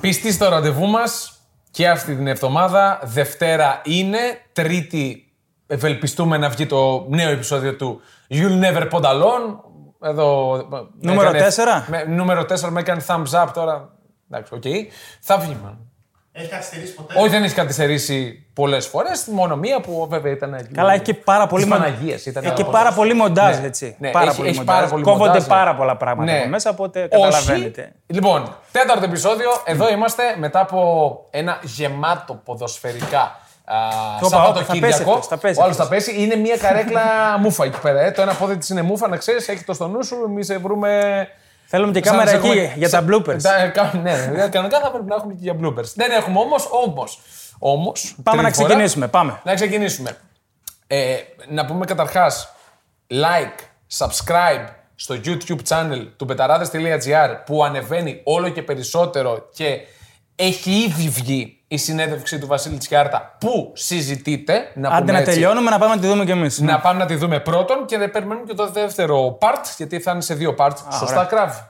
Πιστή στο ραντεβού μας και αυτή την εβδομάδα. Δευτέρα είναι, Τρίτη ευελπιστούμε να βγει το νέο επεισόδιο του You'll Never Pond Alone. Εδώ, με Νούμερο έκανε- τέσσερα? με- νούμερο 4 με έκανε thumbs up τώρα. Εντάξει, οκ. Θα βγει μάλλον. Έχει καθυστερήσει ποτέ. Όχι, δεν έχει καθυστερήσει πολλές φορές. Μόνο μία που βέβαια ήταν. Καλά, έχει και πάρα πολύ, Της μον- Παναγίας ήταν έχει Ε, και από- πάρα πολύ μοντάζ, Ναι. έτσι. Ναι, πάρα έχει- πολύ έχει μοντάζ. πάρα πολύ Κόβονται μοντάζ, ναι. πάρα πολλά πράγματα από μέσα, οπότε καταλαβαίνετε. Όχι. Λοιπόν, τέταρτο επεισόδιο. Εδώ είμαστε μετά από ένα γεμάτο ποδοσφαιρικά Το α, είπα, Σάββατο όπα, θα πέσει Κυριακό. αυτός, θα πέσει Ο άλλος θα αυτός. πέσει. Είναι μια καρέκλα μούφα εκεί πέρα. ε. Το ένα πόδι της είναι μούφα, να ξέρεις, έχει το στο νου σου. Εμείς σε βρούμε. Θέλουμε και σαν να κάμερα σε εκεί έχουμε- για τα σε- bloopers. τα- κα- Ναι, ναι, κανονικά θα πρέπει να έχουμε και για bloopers. Δεν έχουμε όμως, όμως. Όμως, Πάμε να τρίτη φορά, ξεκινήσουμε. Πάμε. να ξεκινήσουμε. Ε, να πούμε καταρχάς like, subscribe στο YouTube channel του πεταράδες.gr που ανεβαίνει όλο και περισσότερο και έχει ήδη βγει η συνέντευξη του Βασίλη Τσιάρτα που συζητείται. Να Άντε πούμε να έτσι. τελειώνουμε, να πάμε να τη δούμε κι εμείς. Να πάμε να τη δούμε πρώτον και να περιμένουμε και το δεύτερο part, γιατί θα είναι σε δύο parts. Σωστά, ωραία. κράβη.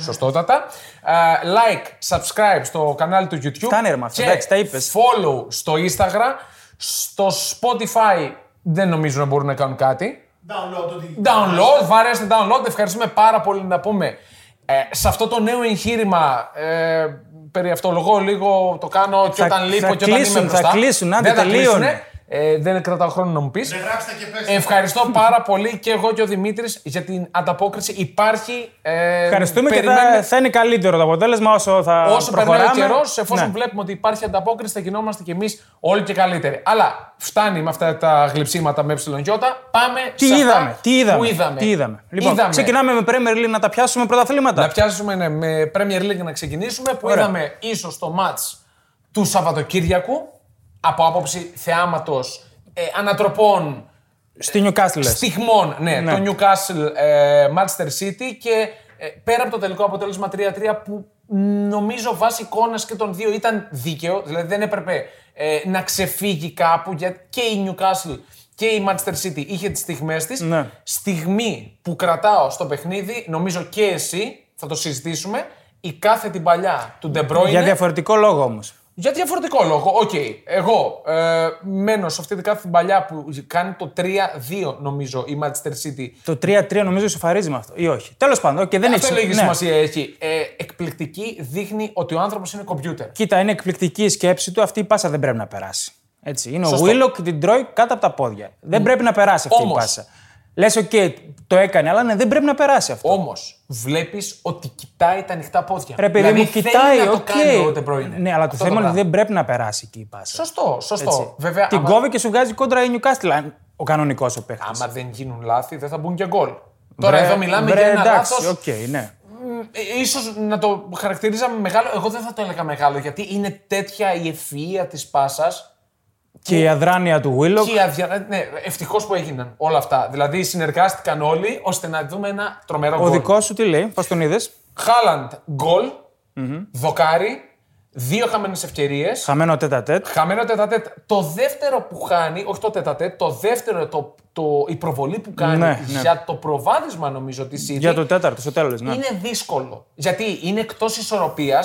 Σωστότατα. Α, like, subscribe στο κανάλι του YouTube. Φτάνει, ρε, μάθε. και Εντάξει, τα είπες. Follow στο Instagram. Στο Spotify δεν νομίζω να μπορούν να κάνουν κάτι. Download ότι. Download, βαρέστε download. Ευχαριστούμε πάρα πολύ να πούμε. Ε, σε αυτό το νέο εγχείρημα, ε, περί αυτολογώ λίγο, το κάνω και Θα- όταν λείπω θα και όταν κλείσουν, είμαι θα μπροστά. κλείσουν, άντε, δεν θα τελείωνε. κλείσουνε. Ε, δεν κρατάω χρόνο να μου πεις. Δεν Ναι, γράψτε και πες. Ευχαριστώ πάρα πολύ και εγώ και ο Δημήτρης για την ανταπόκριση. Υπάρχει. Ε, Ευχαριστούμε και περιμένουμε- θα, θα είναι καλύτερο το αποτέλεσμα όσο θα Όσο περνάει προχωράμε. ο καιρός, εφόσον Ναι. βλέπουμε ότι υπάρχει ανταπόκριση, θα γινόμαστε κι εμείς όλοι και καλύτεροι. Αλλά φτάνει με αυτά τα γλυψίματα με ΕΙ. Πάμε Τι σε αυτά είδαμε, τι είδαμε, Που είδαμε. Τι είδαμε. Λοιπόν, ξεκινάμε με Premier League να τα πιάσουμε πρωταθλήματα. Να πιάσουμε ναι, με Premier League να ξεκινήσουμε. Που Ωραία. είδαμε ίσως το match του Σαββατοκύριακου από άποψη θεάματος ε, ανατροπών Στη Newcastle. λες. Στιγμών, ναι, Ναι. το Newcastle ε, Manchester City και ε, πέρα από το τελικό αποτέλεσμα 3-3 που νομίζω βάσει εικόνας και των δύο ήταν δίκαιο, δηλαδή δεν έπρεπε ε, να ξεφύγει κάπου γιατί και η Newcastle και η Manchester City είχε τις στιγμές της. Ναι. Στιγμή που κρατάω στο παιχνίδι, νομίζω και εσύ, θα το συζητήσουμε, η κάθε την παλιά του De Bruyne Για διαφορετικό λόγο όμως. για διαφορετικό λόγο. Οκ, εγώ ε, μένω σε αυτή την κάθε παλιά που κάνει το 3-2 νομίζω η Manchester City. Το 3-3 νομίζω ισοφαρίζει με αυτό ή όχι. Τέλος πάντων, okay, δεν Αυτό έχει λίγη ναι. σημασία έχει. Ε, εκπληκτική δείχνει ότι ο άνθρωπος είναι κομπιούτερ. Κοίτα, είναι εκπληκτική η σκέψη του. αυτή η πάσα δεν πρέπει να περάσει. Έτσι. Είναι Σωστό. ο Willock, την τρώει κάτω από τα πόδια. Δεν πρέπει να περάσει αυτή Όμως. η πάσα. Λες, οκ, το έκανε, αλλά ναι, δεν πρέπει να περάσει αυτό. Όμως βλέπεις ότι κοιτάει τα ανοιχτά πόδια. Ρε παιδί δηλαδή, μου, θέλει κοιτάει. να το οκ. κάνει ο De Bruyne. Ναι, αλλά το Αυτό θέμα είναι πράγμα. ότι δεν πρέπει να περάσει εκεί η πάσα. Σωστό, σωστό. Έτσι. Βέβαια, Την άμα, κόβει και σου βγάζει κόντρα η Newcastle, αν- ο κανονικός ο παίχτη. άμα δεν γίνουν λάθη δεν θα μπουν και γκολ. Τώρα εδώ μιλάμε για ένα εντάξει, λάθος οκ, ναι. Ε, ίσως να το χαρακτηρίζαμε μεγάλο. Εγώ δεν θα το έλεγα μεγάλο, γιατί είναι τέτοια η ευφυΐα της πάσας. Και η αδράνεια του Willock. Και η αδια... ναι, ευτυχώς που έγιναν όλα αυτά. Δηλαδή συνεργάστηκαν όλοι ώστε να δούμε ένα τρομερό Ο γκολ. δικός σου τι λέει, πώς τον είδες. Χάλαντ γκολ, δοκάρι, δύο χαμένες ευκαιρίες. Χαμένο τέτα τέτ. Χαμένο τετατέτ. Το δεύτερο που χάνει, όχι το τετατέτ, το δεύτερο, το, το, η προβολή που κάνει Ναι, ναι. για το προβάδισμα νομίζω της City Για το τέταρτο, στο τέλος. Ναι. είναι δύσκολο. Γιατί είναι εκτός ισορροπίας.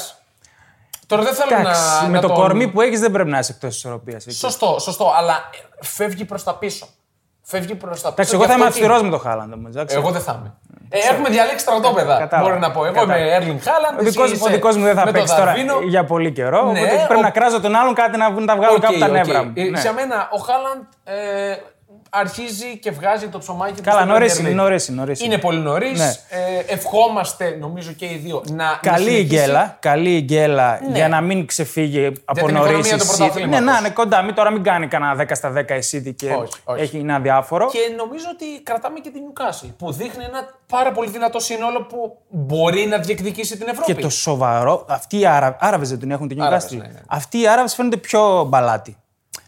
Τώρα δεν θέλω Εντάξει, να. με να το τον- κορμί που έχεις δεν πρέπει να είσαι εκτός ισορροπία. Σωστό, σωστό. Αλλά ε, φεύγει προς τα πίσω. Φεύγει προς τα πίσω. Εντάξει, Γι' εγώ θα αυτό είμαι και- αυστηρός με το Χάλαντ. όμως, εντάξει. Εγώ δεν θα είμαι. Ε, έχουμε διαλέξει στρατόπεδα. Κατάλαβα. Μπορώ να πω. Εγώ Κατάλαβα. είμαι Έρλιν Χάλαντ. Ο δικός- Ο δικός μου δεν ε, θα παίξει τώρα για πολύ καιρό. Ναι, Οπότε πρέπει ο- Ε, να κράζω τον άλλον κάτι να, βγουν- να βγάλω κάπου τα νεύρα μου. Ναι. Για μένα ο Χάλαντ ε, αρχίζει και βγάζει το ψωμάκι του. Καλά, στην νωρί Premier είναι, League. νωρί είναι. νωρίς Είναι πολύ νωρίς. Ναι. Ε, ευχόμαστε νομίζω και οι δύο να. να Καλή η συνεχίσει. Ναι. γκέλα, καλή η γκέλα για να μην ξεφύγει από την νωρίς η οικονομία του City. Ναι, πρωταθλήματος. να είναι κοντά, μην τώρα μην κάνει κανένα 10 στα 10 η City και Όχι, όχι. έχει, είναι αδιάφορο. Και νομίζω ότι κρατάμε και την Νιουκάση που δείχνει ένα πάρα πολύ δυνατό σύνολο που μπορεί να διεκδικήσει την Ευρώπη. Και το σοβαρό, αυτοί οι Άρα- Άραβες δεν την έχουν την Άραβες, Newcastle. ναι, ναι. Αυτοί οι Άραβες φαίνονται πιο μπαλάτι.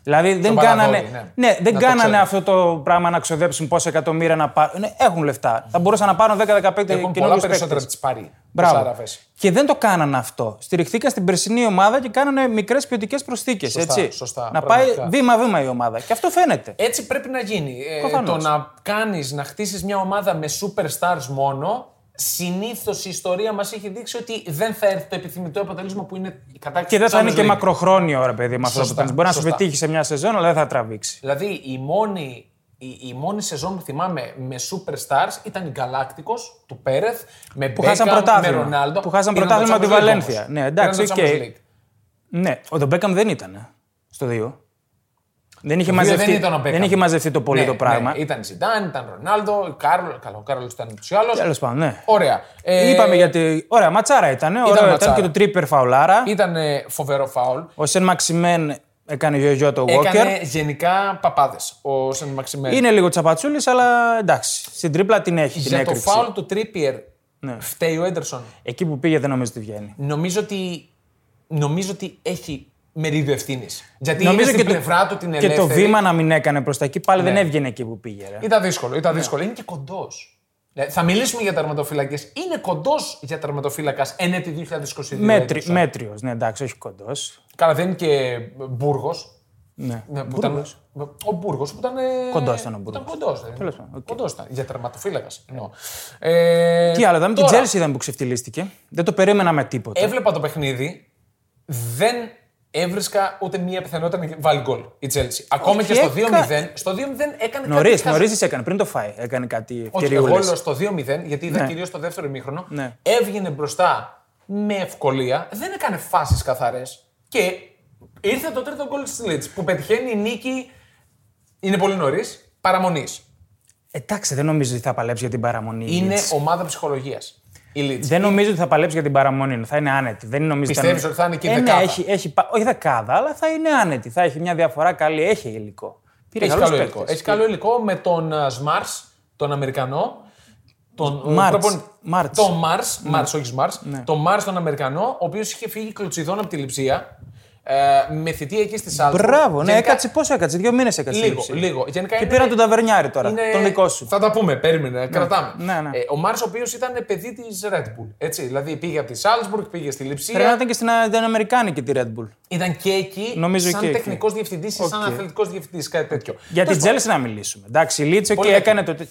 Δηλαδή δεν μπαλαδόροι, κάνανε, ναι. ναι, δεν Να το κάνανε ξέρουμε. αυτό το πράγμα να ξοδέψουν πόσα εκατομμύρια να πάρουν. Ναι, έχουν λεφτά. Θα μπορούσαν να πάρουν 10-15 Έχουν πολλά καινούριους περισσότερα παίκτες. τη Παρή. Μπράβο. τους Άραβες. Και δεν το κάνανε αυτό. Στηριχθήκαν στην περσινή ομάδα και κάνανε μικρές ποιοτικές προσθήκες. Σωστά, έτσι. σωστά, να πάει πραγματικά. βήμα-βήμα η ομάδα. Και αυτό φαίνεται. Έτσι πρέπει να γίνει. Ε, Προφανώς. το να κάνεις, να χτίσεις μια ομάδα με superstars μόνο συνήθως η ιστορία μας έχει δείξει ότι δεν θα έρθει το επιθυμητό αποτέλεσμα που είναι η κατάκτηση Και δεν της θα είναι Champions και League. μακροχρόνιο ρε παιδί με αυτό Σωστά, το αποτέλεσμα. Μπορεί να σου σωστά. πετύχει σε μια σεζόν, αλλά δεν θα τραβήξει. Δηλαδή η μόνη, η, η μόνη σεζόν που θυμάμαι με superstars ήταν η Γκαλάκτικο του Πέρεθ με Που χάσαν Beckham, πρωτάθλημα. με Ρονάλντο. Που χάσαν Πήραν το πρωτάθλημα από τη Champions League Βαλένθια. όμως. Ναι, εντάξει, Πήραν το οκ. Champions League. Ναι, ο Ντομπέκαμ δεν ήταν στο 2. Δεν είχε, Ο δύο μαζευτεί, δεν, ήταν ο Beckham. είχε μαζευτεί το πολύ Ναι, το πράγμα. Ναι. Ήταν Ζιντάν, ήταν Ρονάλντο, Κάρλο. Καλό, ο Κάρλος ήταν ούτως ή Τέλο άλλω. πάντων, ναι. Ωραία. Ε, Είπαμε γιατί. Ωραία, ματσάρα ήταν. Ωραία, ήταν, ματσάρα. και το τρίπερ φαουλάρα. Ήταν ε, φοβερό φάουλ. Ο Σεν Μαξιμέν έκανε γιογιό το Walker. Έκανε γενικά παπάδες ο Σεν Μαξιμέν. Είναι λίγο τσαπατσούλης, αλλά εντάξει. Στην τρίπλα την έχει την Για το έκρηξη. Ναι. φάουλ του Τρίπιερ φταίει ο Έντερσον. Εκεί που πήγε δεν νομίζω ότι βγαίνει. Νομίζω ότι, νομίζω ότι έχει μερίδιο ευθύνης. Γιατί νομίζω είναι στην πλευρά του την ελεύθερη. Ναι. και το βήμα να μην έκανε προς τα εκεί πάλι δεν έβγαινε εκεί που πήγε. Ρε. Ήταν δύσκολο, ήταν Ναι. δύσκολο. Είναι και κοντός. θα μιλήσουμε για τερματοφύλακες. Είναι κοντός για τερματοφύλακας εν έτη 2022. Μέτρι, Έντερσον. μέτριος, ναι, εντάξει, όχι κοντός. Καλά, δεν είναι και Μπούργος. Ναι. Ο Μπούργος που ήταν. ε, Κοντός ήταν ο Μπούργος. Ήταν κοντός. Τέλος πάντων, οκ. Ναι. Κοντός ήταν. Για τερματοφύλακας. Ε, Τι άλλο, είδαμε την τώρα, Ε, Τζέλση είδαμε που ξεφτυλίστηκε. Δεν το περίμενα με τίποτα. Ε, Έβλεπα το παιχνίδι. Δεν έβρισκα ούτε μία πιθανότητα να βάλει γκολ η Τσέλση. Ακόμα Όχι, και στο 2-0. έκα- Στο 2-0 έκανε Νωρί, κάτι. χαζό. νωρίς έκανε, πριν το φάει. Έκανε κάτι Όχι, εγώ ευκαιριούλε. λέω στο 2-0, γιατί είδα Ναι. κυρίως το δεύτερο ημίχρονο. Ναι. Έβγαινε μπροστά με ευκολία, δεν έκανε φάσεις καθαρές. Και ήρθε το τρίτο γκολ της Λίτ που πετυχαίνει η νίκη. Είναι πολύ νωρίς, παραμονής. Εντάξει, Ε, δεν νομίζω ότι θα παλέψει για την παραμονή. η Είναι Leeds. ομάδα ψυχολογίας. Η Λίτ. Δεν νομίζω ότι θα παλέψει για την παραμονή. Θα είναι άνετη. Δεν νομίζω Πιστεύεις ότι θα είναι και η Ε, ναι, δεκάδα? έχει, έχει, πα- όχι δεκάδα, αλλά θα είναι άνετη. Θα έχει μια διαφορά καλή. Έχει υλικό. Πήρε Έχει καλούς καλό παίκτες. υλικό. Έχει καλό υλικό με τον Σμαρ, τον Αμερικανό. Τον ε, Ε, Μάρτς. προπον- Μάρτς. Τον Μάρ, Λοιπόν, Μάρτς, όχι Σμαρς, Ναι. Τον Μάρ τον Αμερικανό, ο οποίος είχε φύγει κλωτσιδών από τη Λιψία. Ε, με θητεία εκεί στη Σάλτσμπουργκ. Μπράβο, ναι, Γενικά, έκατσε πόσο έκατσε. Δύο μήνες έκατσε. Λίγο, η Leeds. λίγο. Γενικά Και είναι- πήραν τον ταβερνιάρη τώρα. είναι- Τον δικό σου. Θα τα πούμε, περίμενε, κρατάμε. ναι, ναι. Ε, ο Μάρ, ο οποίος ήταν παιδί της Red Bull. Έτσι, δηλαδή πήγε από τη Σάλτσμπουργκ, πήγε στη Λιψία. Πρέπει να ήταν και στην α- την Αμερικάνικη τη Red Bull. Ήταν και εκεί, Νομίζω σαν και εκεί. τεχνικός διευθυντής ή σαν Οκ. αθλητικός διευθυντής, κάτι τέτοιο. Για την Τέλος Τζέλση να μιλήσουμε. Εντάξει, η Λίτσε και Πολύ έτοιμη. έκανε το. τε-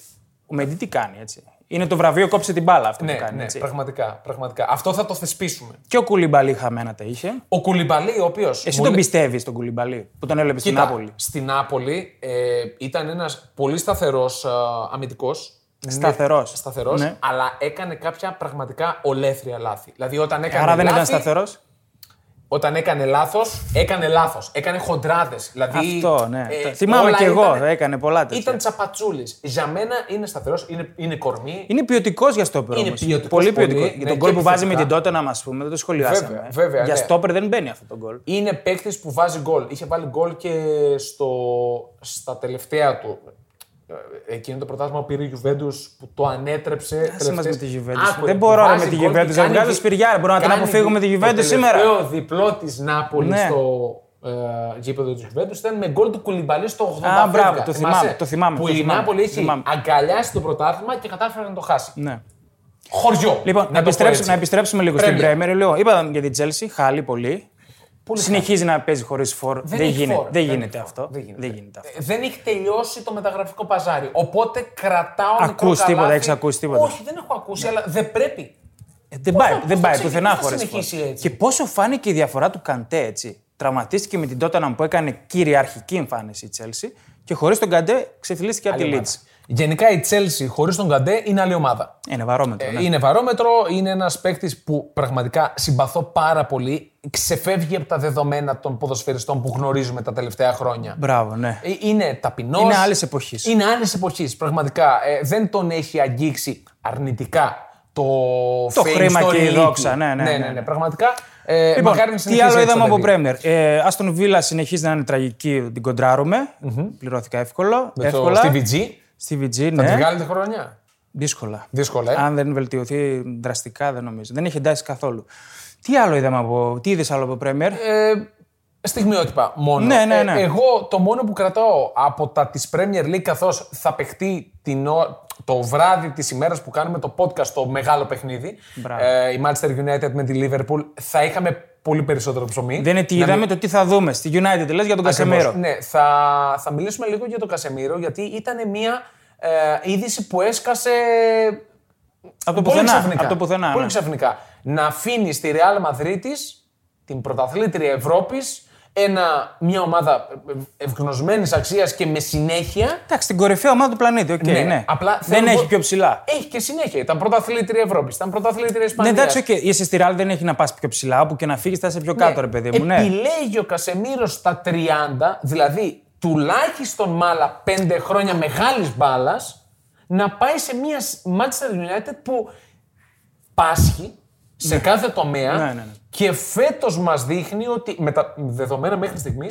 Ο Μεντί τι κάνει έτσι. Είναι το βραβείο κόψε την μπάλα αυτό πάντων, που Ναι, κάνει. ναι, έτσι. πραγματικά, πραγματικά. Αυτό θα το θεσπίσουμε. Και ο Κουλιμπαλί χαμένα τα είχε. Ο Κουλιμπαλή, ο οποίος. Εσύ τον πιστεύεις τον Κουλιμπαλί που τον έλαβε στην Νάπολη. Στην Νάπολη ε, ήταν ένας πολύ σταθερός αμυντικό. Σταθερός. Ναι, Σταθερός, Ναι. αλλά έκανε κάποια πραγματικά ολέθρια λάθη. Δηλαδή, όταν έκανε Άρα δεν λάθη, ήταν σταθερός. Όταν έκανε λάθος, έκανε λάθος. Έκανε χοντράδες. Δηλαδή, Αυτό, ναι. ε, Θυμάμαι όλα και εγώ, ήταν- έκανε πολλά τέτοια. Ήταν τσαπατσούλης. Για μένα είναι σταθερός, είναι, είναι κορμί. Είναι ποιοτικός για στόπερ Είναι όμως. ποιοτικός Πολύ πολύ, ποιοτικό. ναι, για και τον γκολ που βάζει με την επιθετικά. τότε να μα πούμε, δεν το σχολιάσαμε. Βέβαια, βέβαια, για ναι. στόπερ δεν μπαίνει αυτό το γκολ. Είναι παίκτης που βάζει γκολ. Είχε βάλει γκολ και στο, στα τελευταία του. Ε, Εκείνο το πρωτάθλημα που πήρε η Γιουβέντους που το ανέτρεψε. Άσε μας τελευταίες- με τη Γιουβέντους. Άκουρε, Δεν που μπορώ ρε, βάζει με τη γκολ και Γιουβέντους. κάνει Βγάζω δι- σπιριά, μπορώ να την κάνει αποφύγουμε δι- τη Γιουβέντους το σήμερα. τελευταίο διπλό της Νάπολης Ναι. στο ε, γήπεδο της Γιουβέντους ήταν με γκολ του Κουλιμπαλί στο 80. Α, μπράβο, το θυμάμαι, το θυμάμαι, Που το η θυμάμαι, Νάπολη έχει θυμάμαι. αγκαλιάσει το πρωτάθλημα και κατάφερε να το χάσει. Ναι. Χωριό. Λοιπόν, να, το πω επιστρέψουμε, έτσι. να επιστρέψουμε λίγο στην Premier. Πρέμερ. Λέω, είπαμε για την Chelsea, χάλι πολύ. Πολύ Συνεχίζει να παίζει χωρίς φόρ. Δεν, έχει γίνεται, φόρ, δεν δεν γίνεται έχει αυτό. φόρ, Δεν δεν γίνεται, γίνεται. αυτό. Ε, δεν έχει τελειώσει το μεταγραφικό παζάρι. Οπότε κρατάω μικρό Ακούς τίποτα, καλάθι. έχεις ακούσει τίποτα. Ναι. Όχι, δεν έχω ακούσει, αλλά δεν πρέπει. Ε, δεν πάει, θα- δεν πώς θα πάει ξεκι- πουθενά πώς θα χωρίς φόρ. συνεχίσει έτσι. Και πόσο φάνηκε η διαφορά του Καντέ έτσι. Τραυματίστηκε με την Τόταναμ που έκανε κυριαρχική εμφάνιση η Chelsea και χωρίς τον Καντέ ξεφυλίστηκε από τη Leeds. Γενικά η Chelsea χωρίς τον Καντέ είναι άλλη ομάδα. Ε, Είναι βαρόμετρο. ναι. Είναι βαρόμετρο, είναι ένας παίκτης που πραγματικά συμπαθώ πάρα πολύ. Ξεφεύγει από τα δεδομένα των ποδοσφαιριστών που γνωρίζουμε τα τελευταία χρόνια. Μπράβο, ναι. Ε, Είναι ταπεινός. Είναι άλλης εποχής. Είναι άλλης εποχής. Πραγματικά ε, δεν τον έχει αγγίξει αρνητικά το, Το fame χρήμα στο και η ελίτη. δόξα, ναι, ναι, ναι, ναι, ναι. Πραγματικά. Ε, Λοιπόν, μακάρι να τι συνεχίσει άλλο έτσι είδαμε το από παιδί. Πρέμιερ. Ε, Άστον Βίλα συνεχίζει να είναι τραγική, την κοντράρουμε. Πληρώθηκα εύκολο. Με το εύκολα. CVG. Στη VG, Τη ναι. βγάλει τη χρονιά. Δύσκολα. Δύσκολα, ε. Αν δεν βελτιωθεί δραστικά, δεν νομίζω. Δεν έχει εντάσει καθόλου. Τι άλλο είδαμε από. Τι είδες άλλο από Πρέμιερ. ε, στιγμιότυπα μόνο. Ναι, ναι, ναι. Ε, εγώ το μόνο που κρατάω από τα της Premier League καθώς θα παιχτεί την, ω- το βράδυ της ημέρας που κάνουμε το podcast το μεγάλο παιχνίδι Μπράβο. ε, η Manchester United με τη Liverpool θα είχαμε πολύ περισσότερο ψωμί. δεν είναι τι Να είδαμε, το τι θα δούμε. Στη United, λες για τον Ακριβώς. Κασεμίρο. Ναι, θα, θα μιλήσουμε λίγο για τον Κασεμίρο, γιατί ήταν μια ε, είδηση που έσκασε Από το Πολύ πουθενά. ξαφνικά. Από το πουθενά. Πολύ ναι. ξαφνικά. Να αφήνει τη Ρεάλ Μαδρίτη, την πρωταθλήτρια Ευρώπης, ένα, μια ομάδα ευκνωσμένη αξίας και με συνέχεια. Εντάξει, την κορυφαία ομάδα του πλανήτη. οκ, ναι. Απλά δεν θέλω- έχει πιο ψηλά. Έχει και συνέχεια. Ήταν πρωταθλήτρια Ευρώπης, ήταν πρωταθλήτρια Ναι, Ισπανίας. εντάξει, οκ, είσαι στη Ρεάλ, δεν έχει να πας πιο ψηλά. Όπου και να φύγεις, θα είσαι πιο κάτω, ρε Ε, παιδί μου. Ναι. Επιλέγει ο Κασεμίρος στα 30, δηλαδή τουλάχιστον μάλα 5 χρόνια μεγάλης μπάλας, να πάει σε μια Manchester United που πάσχει σε κάθε τομέα Ναι, ναι, ναι. και φέτος μας δείχνει ότι με τα δεδομένα μέχρι στιγμής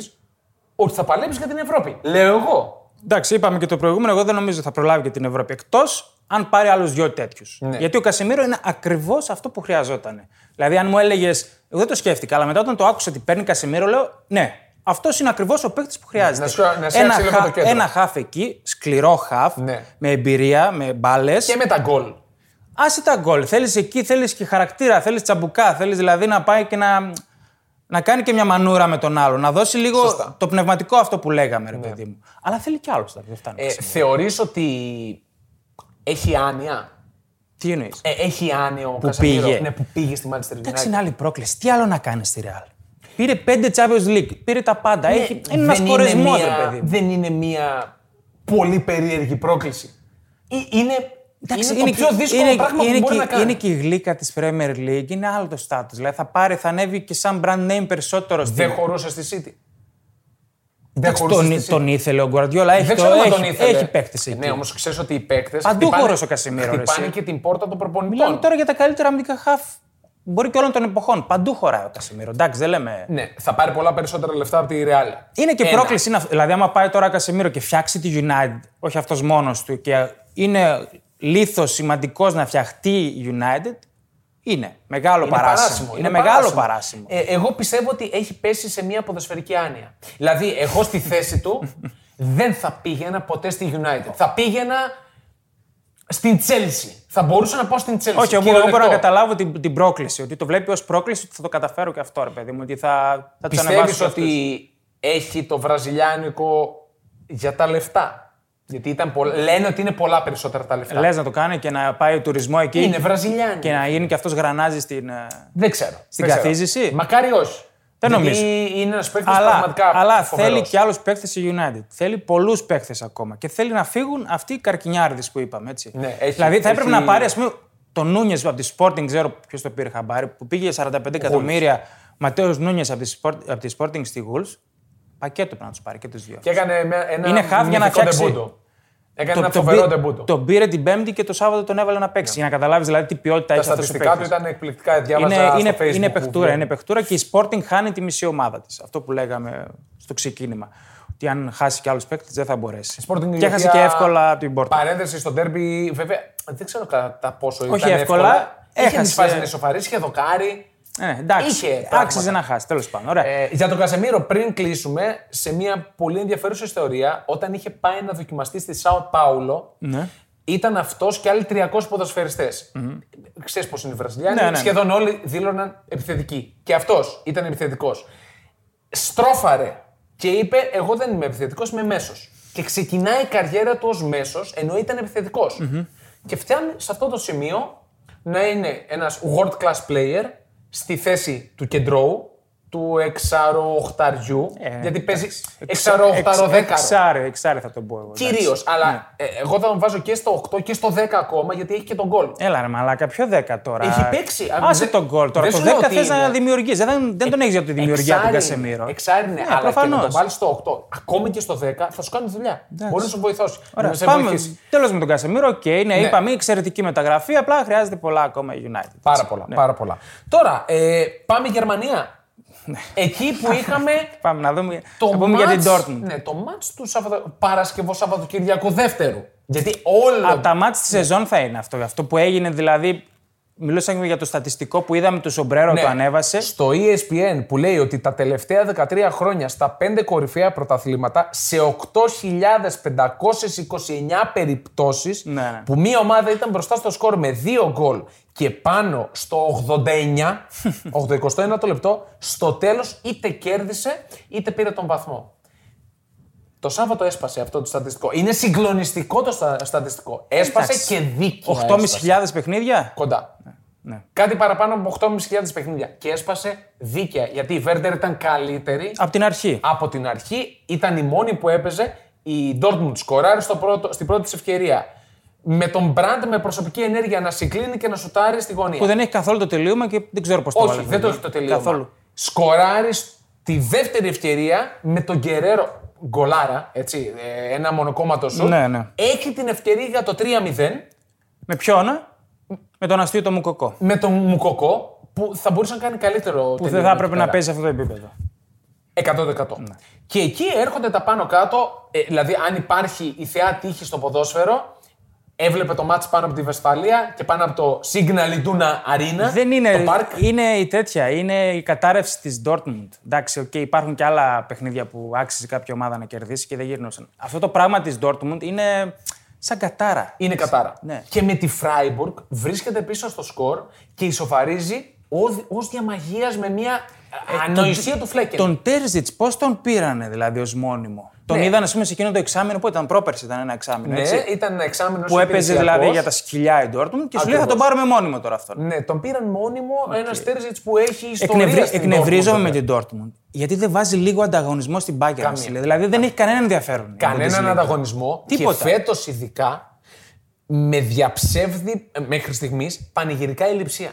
ότι θα παλέψει για την Ευρώπη. Λέω εγώ. Εντάξει, είπαμε και το προηγούμενο, εγώ δεν νομίζω θα προλάβει και την Ευρώπη. Εκτός αν πάρει άλλους δύο τέτοιους. Ναι. Γιατί ο Κασιμίρο είναι ακριβώς αυτό που χρειαζόταν. Δηλαδή, αν μου έλεγες. Εγώ δεν το σκέφτηκα, αλλά μετά όταν το άκουσα ότι παίρνει Κασιμίρο, λέω ναι. Αυτός είναι ακριβώς ο παίκτης που χρειάζεται. Να σου- να σε ένα, έρθει λίγο το κέντρο. ένα χαφ εκεί, σκληρό χαφ, Ναι. με εμπειρία, με μπάλες. Και με τα γκολ. Άσε τα γκολ. Θέλεις εκεί, θέλεις και χαρακτήρα, θέλεις τσαμπουκά. Θέλεις δηλαδή να πάει και να, να κάνει και μια μανούρα με τον άλλο. Να δώσει λίγο Σωστά. Ναι. το πνευματικό αυτό που λέγαμε, ρε παιδί μου. Αλλά θέλει κι άλλος. Δεν φτάνει. Ε, Θεωρείς ότι έχει άνοια. Τι εννοείς. Ε, έχει άνοια ο Που Κασεμίρο. πήγε. Ναι, που πήγε στη Manchester United. Εντάξει, είναι άλλη πρόκληση. Τι άλλο να κάνεις στη Ρεάλ. Πήρε 5 Champions League. Πήρε τα πάντα. Έχει... Ε, Ναι, Είναι ένας δεν κορεσμό, μία- ρε παιδί μου. Δεν είναι μια πολύ περίεργη πρόκληση. Ε, Είναι, Εντάξει, είναι, το πιο δύσκολο είναι- πράγμα είναι που μπορεί και, να κάνει. Είναι και η γλύκα της Premier League. Είναι άλλο το στάτου. Δηλαδή θα πάρει, θα ανέβει και σαν brand name περισσότερο στην. Δεν χωρούσε στη City. Δεν Εντάξει, χωρούσε τον, στη City. τον ήθελε ο Γκουαρδιόλα. Έχει, Ε, Δεν Ε, το, ξέρω αν έχει, τον ήθελε. έχει παίκτες εκεί. Ναι, όμως ξέρεις ότι οι παίκτες. Παντού χώρος ο Κασιμίρο, ρε, Χτυπάνε εσύ. και την πόρτα των Μιλάμε προπονητών. τώρα για τα καλύτερα αμυντικά χαφ. Μπορεί και όλων των εποχών. Παντού χωράει ο Κασιμίρο. Εντάξει, δεν λέμε. Ναι, θα πάρει πολλά περισσότερα λεφτά από τη Real. Είναι και Ένα. πρόκληση. Είναι, αυτό. δηλαδή, άμα πάει τώρα ο Κασεμίρο και φτιάξει τη United, όχι αυτός μόνος του, και είναι λίθος σημαντικός να φτιαχτεί η United, είναι μεγάλο Είναι παράσημο. Είναι, μεγάλο παράσημο. Ε, εγώ πιστεύω ότι έχει πέσει σε μια ποδοσφαιρική άνοια. Δηλαδή, εγώ στη θέση του δεν θα πήγαινα ποτέ στη United. Θα πήγαινα στην Chelsea. Θα μπορούσα να πάω στην Chelsea. Ε, όχι, εγώ μπορώ- Κυριολεκτό. εγώ μπορώ να καταλάβω την, την πρόκληση. Ότι το βλέπει ως πρόκληση ότι θα το καταφέρω και αυτό, ρε παιδί μου. Ότι θα, θα τους ανεβάσω. Πιστεύεις και ότι αυτούς. έχει το βραζιλιάνικο για τα λεφτά. Γιατί ήταν πολλα- λένε ότι είναι πολλά περισσότερα τα λεφτά. Λες να το κάνει και να πάει τουρισμό εκεί Είναι βραζιλιάνικο. και να γίνει και αυτός γρανάζεις στην. ε, Δεν ξέρω. δεν Στην ξέρω. καθίζηση? Μακάρι όχι. Δεν Γιατί νομίζω. Είναι ένας παίκτης Αλλά, πραγματικά. αλλά φοβερός. θέλει και άλλους παίκτες η United. Θέλει πολλούς παίκτες ακόμα. Και θέλει να φύγουν αυτοί οι καρκινιάρδε που είπαμε. Έτσι. Ναι, έχει- δηλαδή θα έπρεπε έχει- να πάρει, ας πούμε, τον Νούνιες από τη Sporting, ξέρω ποιος το πήρε χαμπάρι, που πήγε 45 εκατομμύρια. Ματέος Νούνιες από, τη Sport- από τη Sporting στη Wolves. Πακέτο πρέπει να τους πάρει και τους δύο. Και έκανε μια- ένα Είναι χαβ για να μυθικό φτιάξει- ντεμπούτο. Έκανε ένα τον φοβερό πή- ντεμπούτο. τον πήρε την Πέμπτη και το Σάββατο τον έβαλε να παίξει. Για να καταλάβεις δηλαδή τι ποιότητα Τα έχει αυτός ο στατιστικά του παίκτης. ήταν εκπληκτικά. Διάβαζα Είναι, στο είναι, Facebook. είναι, που παιχτούρα, βγαίνει. είναι παιχτούρα και η Sporting χάνει τη μισή ομάδα της. Αυτό που λέγαμε στο ξεκίνημα. Ότι αν χάσει και άλλους παίκτες δεν θα μπορέσει. Η Sporting η και έχασε οποία και εύκολα από την πόρτα. Παρένθεση στο ντέρμπι, βέβαια δεν ξέρω κατά πόσο ήταν εύκολα, Είχε έχασε. τις φάσεις να ισοφαρίσει, είχε δοκάρι. Ε, εντάξει, Είχε πράγματα. άξιζε να χάσει. Τέλος πάντων. Ωραία. Ε, για τον Κασεμίρο, πριν κλείσουμε, σε μια πολύ ενδιαφέρουσα ιστορία, όταν είχε πάει να δοκιμαστεί στη Σάο Πάουλο, Ναι. ήταν αυτός και άλλοι 300 ποδοσφαιριστές. Ξέρεις πώς είναι οι Βραζιλιάνοι, Ναι, ναι. σχεδόν όλοι δήλωναν επιθετικοί. Και αυτός ήταν επιθετικός. Στρόφαρε και είπε: Εγώ δεν είμαι επιθετικός, είμαι μέσος. Και ξεκινάει η καριέρα του ως μέσος, ενώ ήταν επιθετικός. Mm-hmm. Και φτάνει σε αυτό το σημείο να είναι ένας world class player στη θέση του κεντρώου, του εξάρου οχταριού, Ε, γιατί παίζει Εξα- εξάρου οχτάρο εξ- δέκαρο. Εξάρι, εξάρι θα τον πω εγώ. εντάξει. ναι. Κυρίως. Αλλά ε, εγώ θα τον βάζω και στο 8 και στο 10 ακόμα γιατί έχει και τον γκολ. Έλα ρε μαλάκα, ποιο 10 τώρα. Έχει παίξει. Α, Άσε δε- τον γκολ τώρα. δεν Το σου λέω 10 ότι θες να είναι. Ε, δημιουργήσει. Δεν, δεν τον έχεις για τη δημιουργία του Εξάρι Κασεμίρο. είναι, Εξάρι είναι, Ναι, αλλά και να προφανώς. τον βάλεις στο 8. Ακόμη και στο 10 θα σου κάνει δουλειά. Μπορεί να σου βοηθώσει. Ωραία, να σε πάμε. βοηθήσει. Τέλος με τον Κασεμίρο, οκ, ναι, είπαμε εξαιρετική μεταγραφή. Απλά χρειάζεται πολλά ακόμα η United. Πάρα έτσι. πολλά, Ναι. πάρα πολλά. Τώρα, ε, πάμε Γερμανία. Εκεί που είχαμε Πάμε να δούμε. το Ναι. θα πούμε για την μάτς- Dortmund. Ναι, το μάτς του Σαββατο... Παρασκευό Σαββατοκυριακού δεύτερου. Γιατί όλο... Από τα μάτς τη σεζόν θα είναι αυτό. Αυτό που έγινε δηλαδή. Μιλούσαμε για το στατιστικό που είδαμε του Σομπρέρο Ναι. το ανέβασε. Στο ESPN που λέει ότι τα τελευταία 13 χρόνια στα 5 κορυφαία πρωταθλήματα σε 8.529 περιπτώσεις Ναι, ναι. που μία ομάδα ήταν μπροστά στο σκορ με 2 γκολ και πάνω στο 89, 81 το λεπτό, στο τέλος είτε κέρδισε είτε πήρε τον βαθμό. Το Σάββατο έσπασε αυτό το στατιστικό. Είναι συγκλονιστικό το στα- στατιστικό. Έσπασε Εντάξει. και δίκαια. έσπασε. 8.500 παιχνίδια. Κοντά. Ναι. Κάτι παραπάνω από 8.500 παιχνίδια. Και έσπασε δίκαια. Γιατί η Βέρντερ ήταν καλύτερη. Από την αρχή. Από την αρχή ήταν η μόνη που έπαιζε. Η Dortmund σκοράρει στο πρώτο, στην πρώτη της ευκαιρία. Με τον Μπραντ με προσωπική ενέργεια να συγκλίνει και να σουτάρει στη γωνία. Που δεν έχει καθόλου το τελείωμα και δεν ξέρω πώς το Όχι, βάλε. δεν το έχει το τελείωμα. Καθόλου. Σκοράρεις τη δεύτερη ευκαιρία με τον Γκερέρο γκολάρα, έτσι, ε, ένα μονοκόμματο σου. Ναι, ναι. Έχει την ευκαιρία για το 3-0 Με ποιον, ε? με τον αστείο το Μουκοκό. με τον Μουκοκό που θα μπορούσε να κάνει καλύτερο. Που δεν θα έπρεπε να παίζει Ναι. σε αυτό το επίπεδο. 100%. Και εκεί έρχονται τα πάνω κάτω, ε, δηλαδή αν υπάρχει η θεά τύχη στο ποδόσφαιρο, έβλεπε το μάτς πάνω από τη Βεσφαλία και πάνω από το Signal Iduna Arena, Δεν είναι, Ε, το Park. είναι η τέτοια. Είναι η κατάρρευση της Dortmund. Εντάξει, okay, υπάρχουν και άλλα παιχνίδια που άξιζε κάποια ομάδα να κερδίσει και δεν γυρνούσαν. Αυτό το πράγμα της Dortmund είναι σαν κατάρα. Είναι κατάρα. Ναι. Και με τη Φράιμπουργκ βρίσκεται πίσω στο σκορ και ισοφαρίζει ω διαμαγεία με μια ανοησία του Φλέκεν. Ε, Τον Τέρζιτ, πώς τον πήρανε δηλαδή ως μόνιμο. Τον Ναι. είδαν, ας πούμε, σε εκείνο το εξάμεινο που ήταν πρόπερση, ήταν ένα εξάμεινο. Ναι, έτσι, ήταν ένα εξάμεινο που έπαιζε δηλαδή για τα σκυλιά η Dortmund και σου λέει θα Ακριβώς. τον πάρουμε μόνιμο τώρα αυτόν. Ναι, τον πήραν μόνιμο ένα Στέρζιτ που έχει ιστορία. Εκνευρι... στην Εκνευρίζομαι Dortmund, με βέβαια. την Dortmund. Γιατί δεν βάζει λίγο ανταγωνισμό στην Bayern. Καμία. Βασίλε. Δηλαδή δεν έχει κανένα ενδιαφέρον. η Κανέναν Bundesliga. ανταγωνισμό. Τίποτα. Και φέτος ειδικά με διαψεύδει ε, μέχρι στιγμής πανηγυρικά ελλειψία.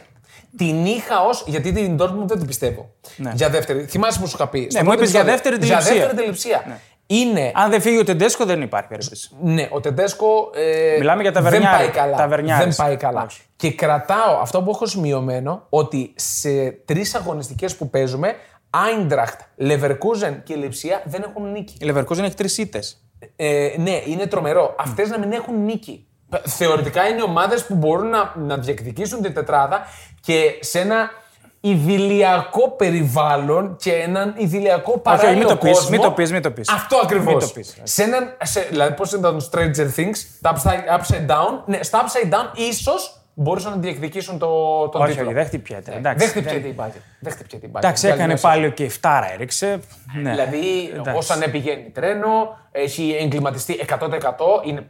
Την είχα ως. Γιατί την Dortmund δεν την πιστεύω. Για δεύτερη. Θυμάσαι που σου είχα πει. στο Ναι. μου πρώτο είπες για επεισόδιο. δεύτερη Ναι. τη Για λειψία. δεύτερη τη λειψία. Είναι Αν δεν φύγει ο Τεντέσκο, δεν υπάρχει περίπτωση. Ναι, ο Τεντέσκο. Ε, Μιλάμε για δεν ταβερνιάρι, πάει καλά. ταβερνιάρις. Δεν πάει καλά. Όχι. Και κρατάω αυτό που έχω σημειωμένο ότι σε τρεις αγωνιστικές που παίζουμε, Άιντραχτ, Λεβερκούζεν και Λιψία δεν έχουν νίκη. Η Λεβερκούζεν έχει τρεις ήττες. Ε, ναι, είναι τρομερό. Mm. Αυτές Αυτέ να μην έχουν νίκη. Θεωρητικά είναι ομάδες που μπορούν να, να διεκδικήσουν την τετράδα και σε ένα ιδηλιακό περιβάλλον και έναν ιδηλιακό όχι, παράλληλο μην το πεις, κόσμο. μην το πεις, μην το πεις. Αυτό ακριβώς. Μην το πεις. ναι. Σε έναν. Σε, δηλαδή, πώς ήταν το Stranger Things, τα upside, upside down. Ναι, στα upside down ίσως μπορούσαν να διεκδικήσουν το, τον Όχι, τίτλο. Ναι, όχι, δεν χτυπιέται. Εντάξει, δεν χτυπιέται η μπάκετ. Δεν χτυπιέται η μπάκετ. Εντάξει, Βγάλει έκανε μέσα. πάλι και 7 έριξε. Ναι. Δηλαδή, Εντάξει. όσο αν πηγαίνει τρένο, έχει εγκληματιστεί 100%. Είναι...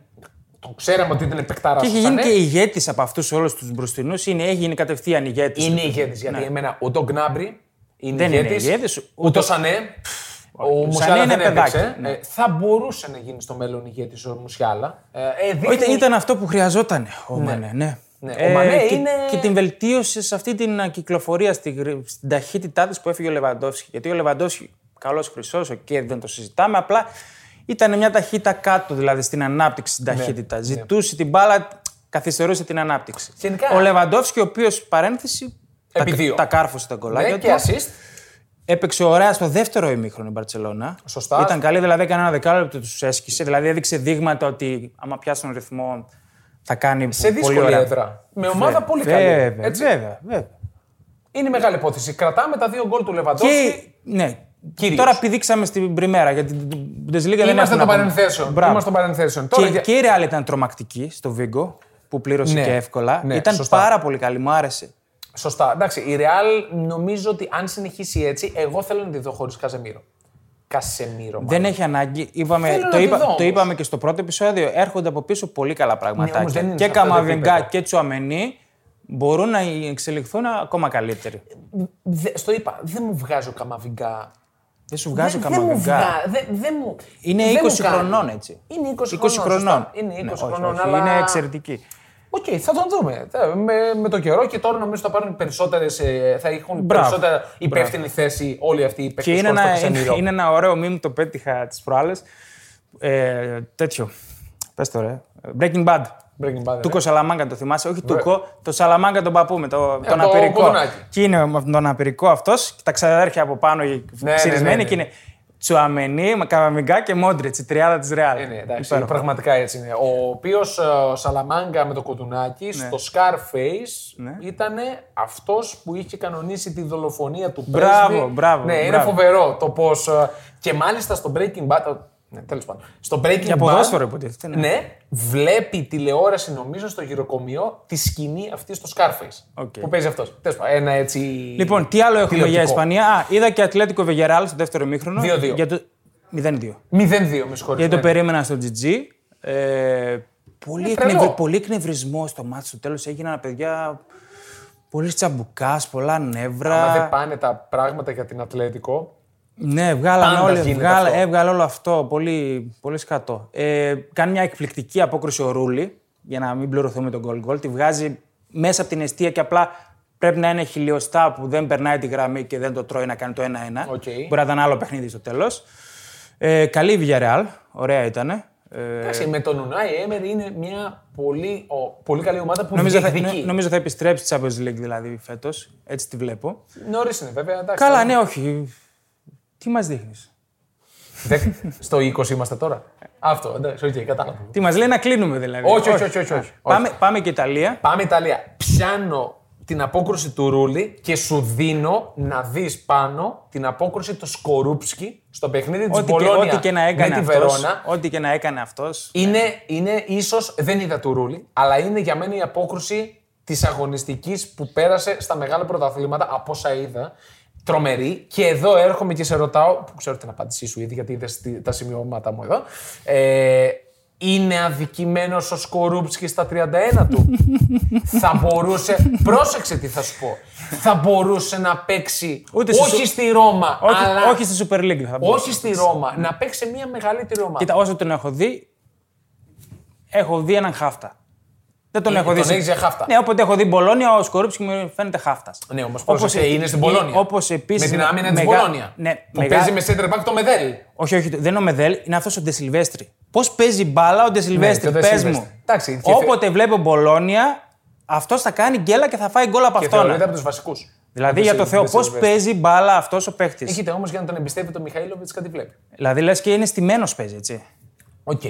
Το ξέραμε ότι ήταν επεκτάρα Και έχει γίνει και ηγέτης από αυτούς όλους τους μπροστινούς. Έχει γίνει κατευθείαν ηγέτης. Είναι ηγέτης. Γιατί εμένα ούτε ο Γκνάμπρι είναι Ναι. Δεν είναι ηγέτης, ηγέτης, ούτε- Ούτε ο Σανέ. Ο Σανέ Μουσιάλα είναι δεν έπαιξε. παιδάκι, ναι. Ε, θα μπορούσε να γίνει στο μέλλον ηγέτης ο Μουσιάλα. Ε, ε, δείχνει- Ήταν, ήταν αυτό που χρειαζόταν ο Μανέ. Ναι. Ναι, ο Μανέ και, είναι- και την βελτίωσε σε αυτή την κυκλοφορία, στη γρη- στην ταχύτητά της που έφυγε ο Λεβαντόφσκι. Γιατί ο Λεβαντόφσκι, καλός χρυσός, οκ, δεν το συζητάμε, απλά ήταν μια ταχύτητα κάτω, δηλαδή στην ανάπτυξη Ναι. στην ταχύτητα. Ζητούσε την μπάλα, καθυστερούσε την ανάπτυξη. Γενικά- Ο Λεβαντόφσκι, ο οποίος παρένθεση. τα- Επί δύο. Τα, κάρφωσε τα γκολάκια Ναι, του. και assist. Έπαιξε ωραία στο δεύτερο ημίχρονο η Μπαρσελόνα. Σωστά. Ήταν καλή, δηλαδή έκανε ένα δεκάλεπτο τους έσκησε. Δηλαδή έδειξε δείγματα ότι άμα πιάσουν ρυθμό θα κάνει Σε πολύ δύσκολη ωραία. έδρα. Με ομάδα πολύ καλή. Βέβαια, Έτσι. βέβαια, βέβαια. Είναι μεγάλη υπόθεση. Κρατάμε τα δύο γκολ του Λεβαντόφσκι. Και ναι, Κυρίως. τώρα πηδήξαμε στην πριμέρα γιατί την Bundesliga δεν έχουμε Είμαστε των να πούμε. παρενθέσεων. Μπράβο. Είμαστε των παρενθέσεων. Τώρα Και, για- και η Real ήταν τρομακτική στο Βίγκο που πλήρωσε Ναι, και εύκολα. ναι, ήταν σωστά. πάρα πολύ καλή, μου άρεσε. Σωστά. Εντάξει, η Real νομίζω ότι αν συνεχίσει έτσι, εγώ θέλω να τη δω χωρίς Κασεμίρο. Κασεμίρο, μάλλον. Δεν έχει ανάγκη. Είπαμε, Θέλω το, να τη είπα- δω όμως. το είπαμε και στο πρώτο επεισόδιο. Έρχονται από πίσω πολύ καλά Ναι, πραγματάκια. όμως δεν είναι και σε αυτό το Καμαβιγκά επίπεδο. και Τσουαμενή μπορούν να εξελιχθούν ακόμα καλύτεροι. Δε- στο είπα, δεν μου βγάζει ο Καμαβιγκά. Δεν σου βγάζω δεν, δεν μου Καμαβιγκά. βγά, δεν, δεν μου, Είναι δεν μου 20 κάνει. χρονών, έτσι. Είναι 20, 20 χρονών. χρονών. σωστά. Είναι 20 Ναι, όχι, χρονών, όχι, αλλά. Είναι εξαιρετική. Οκ, θα τον δούμε. Θα- Με, με το καιρό και τώρα νομίζω θα πάρουν περισσότερες. Θα έχουν Μπράβο. περισσότερα υπεύθυνη θέση όλοι αυτοί οι Και παίκτες είναι χωρίς το ένα, είναι, Κασεμίρο. είναι ένα ωραίο μήνυμα το πέτυχα τις προάλλες. Ε, τέτοιο. Πες το ρε. Breaking Bad. Breaking Bad, Τούκο Σαλαμάγκα το θυμάσαι. Όχι Τούκο, το Σαλαμάγκα τον παππού με το, τον Ε, το απειρικό. κουδουνάκι. Και είναι με τον απειρικό αυτός και τα ξαδέρφια από πάνω οι ναι, ξυρισμένοι ναι, ναι. και είναι Τσουαμενή, Καβαμιγκά και Μόντριτ, η τριάδα της Ρεάλ. Ναι, ναι, εντάξει, πραγματικά έτσι είναι. Ο οποίος Σαλαμάγκα με το κοντουνάκι Ναι. στο Scarface ήταν αυτός που είχε κανονίσει τη δολοφονία του πρέσβη. Μπράβο, μπράβο, Ναι, είναι μπράβο. φοβερό το πώς. Και μάλιστα στο Breaking Bad. ο- Ναι, τέλος πάντων. Στο Breaking Για Bad. ποδόσφαιρο υποτίθεται, ναι. Ναι, βλέπει τηλεόραση νομίζω στο γυροκομείο τη σκηνή αυτή στο Scarface. Οκ. Που παίζει αυτός. Ένα έτσι. Λοιπόν, τι άλλο έχουμε για τηλεοπτικό. Ισπανία. Α, είδα και Ατλέτικο Βεγεράλ στο δεύτερο ημίχρονο. 2-2. Για το... 0-2. Ναι. 0-2, με συγχωρείτε. Γιατί το περίμενα στο GG. Ε, πολύ, Ε, τρελό. εκνευρι- πολύ εκνευρισμό στο μάτι στο τέλος. Έγιναν παιδιά. Πολύ τσαμπουκάς, πολλά νεύρα. Άμα δεν πάνε τα πράγματα για την Ατλέτικο, Ναι, βγάλανε Πάντα όλοι, γίνεται βγάλα- αυτό. έβγαλε όλο αυτό. Πολύ, πολύ σκατό. Ε, κάνει μια εκπληκτική απόκριση ο Ρούλη για να μην πληρωθούμε τον goal goal. Τη βγάζει μέσα από την αιστεία και απλά πρέπει να είναι χιλιοστά που δεν περνάει τη γραμμή και δεν το τρώει να κάνει το 1-1. Οκ. Μπορεί να ήταν άλλο παιχνίδι στο τέλος. Ε, καλή η Villarreal. Ωραία Ε, ήταν. Εντάξει, με τον Ουνάι Έμερι είναι μια πολύ, ο, πολύ καλή ομάδα που νομίζω, θα, ναι, διεκδικεί. νο- νομίζω θα επιστρέψει τη Champions League δηλαδή φέτος. Έτσι τη βλέπω. Νωρίς είναι βέβαια. Εντάξει, Καλά, θα- ναι, όχι. Τι μας δείχνεις. ναι. Δεν- στο 20 είμαστε τώρα. Αυτό, εντάξει, οκ, κατάλαβα. Τι μας λέει να κλείνουμε δηλαδή. Όχι, όχι, όχι, όχι, όχι. Πάμε, πάμε και Ιταλία. Πάμε Ιταλία. Πιάνω την απόκρουση του Ρούλη και σου δίνω να δεις πάνω την απόκρουση του Σκορούψκι στο παιχνίδι της Ό,τι και, Μπολόνια ό,τι και να έκανε με τη αυτός, Βερόνα. ό,τι και να έκανε αυτός, Είναι, είναι ίσως, δεν είδα του Ρούλη, αλλά είναι για μένα η απόκρουση της αγωνιστικής που πέρασε στα μεγάλα πρωταθλήματα από όσα είδα. Τρομερή. Και εδώ έρχομαι και σε ρωτάω, που ξέρω την απάντησή σου ήδη, γιατί είδες τα σημειώματα μου εδώ. Ε, είναι αδικημένος ο Σκορούψκι στα 31 του. θα μπορούσε. Πρόσεξε τι θα σου πω. θα μπορούσε να παίξει. Ούτε στη όχι Σου- στη Ρώμα, όχι, αλλά. όχι στη Super League θα μπορούσε. όχι στη Ρώμα. να παίξει σε μια μεγαλύτερη ομάδα. Κοίτα, όσο τον έχω δει, έχω δει έναν χάφτα. Δεν τον Ε, έχω δει. τον σε- έχεις για χάφτα. Ναι, όποτε έχω δει Μπολόνια, ο Σκορούψκι μου φαίνεται χάφτας. Ναι, όμως πρόσεξε, είναι στην Μπολόνια. Όπως επίσης. με την άμυνα της Μπολόνια. Ναι, που μεγα- παίζει με center back το Μεδέλ. Όχι, όχι, δεν είναι ο Μεδέλ, είναι αυτός ο Ντεσιλβέστρη. Πώς παίζει μπάλα ο Ντεσιλβέστρη, Ναι, και ο πες Ντεσιλβέστρη. μου. Εντάξει, και- Όποτε βλέπω Μπολόνια, αυτός θα κάνει γκέλα και θα φάει γκολ από Και αυτόν. θεωρείται από τους βασικούς. ναι. Δηλαδή, για το Θεό, πώς παίζει μπάλα αυτός ο παίχτη. Έχετε όμως για να τον εμπιστεύει το Μιχαήλοβιτ κάτι βλέπει. Δηλαδή, λες και είναι στημένος παίζει, έτσι. Οκ.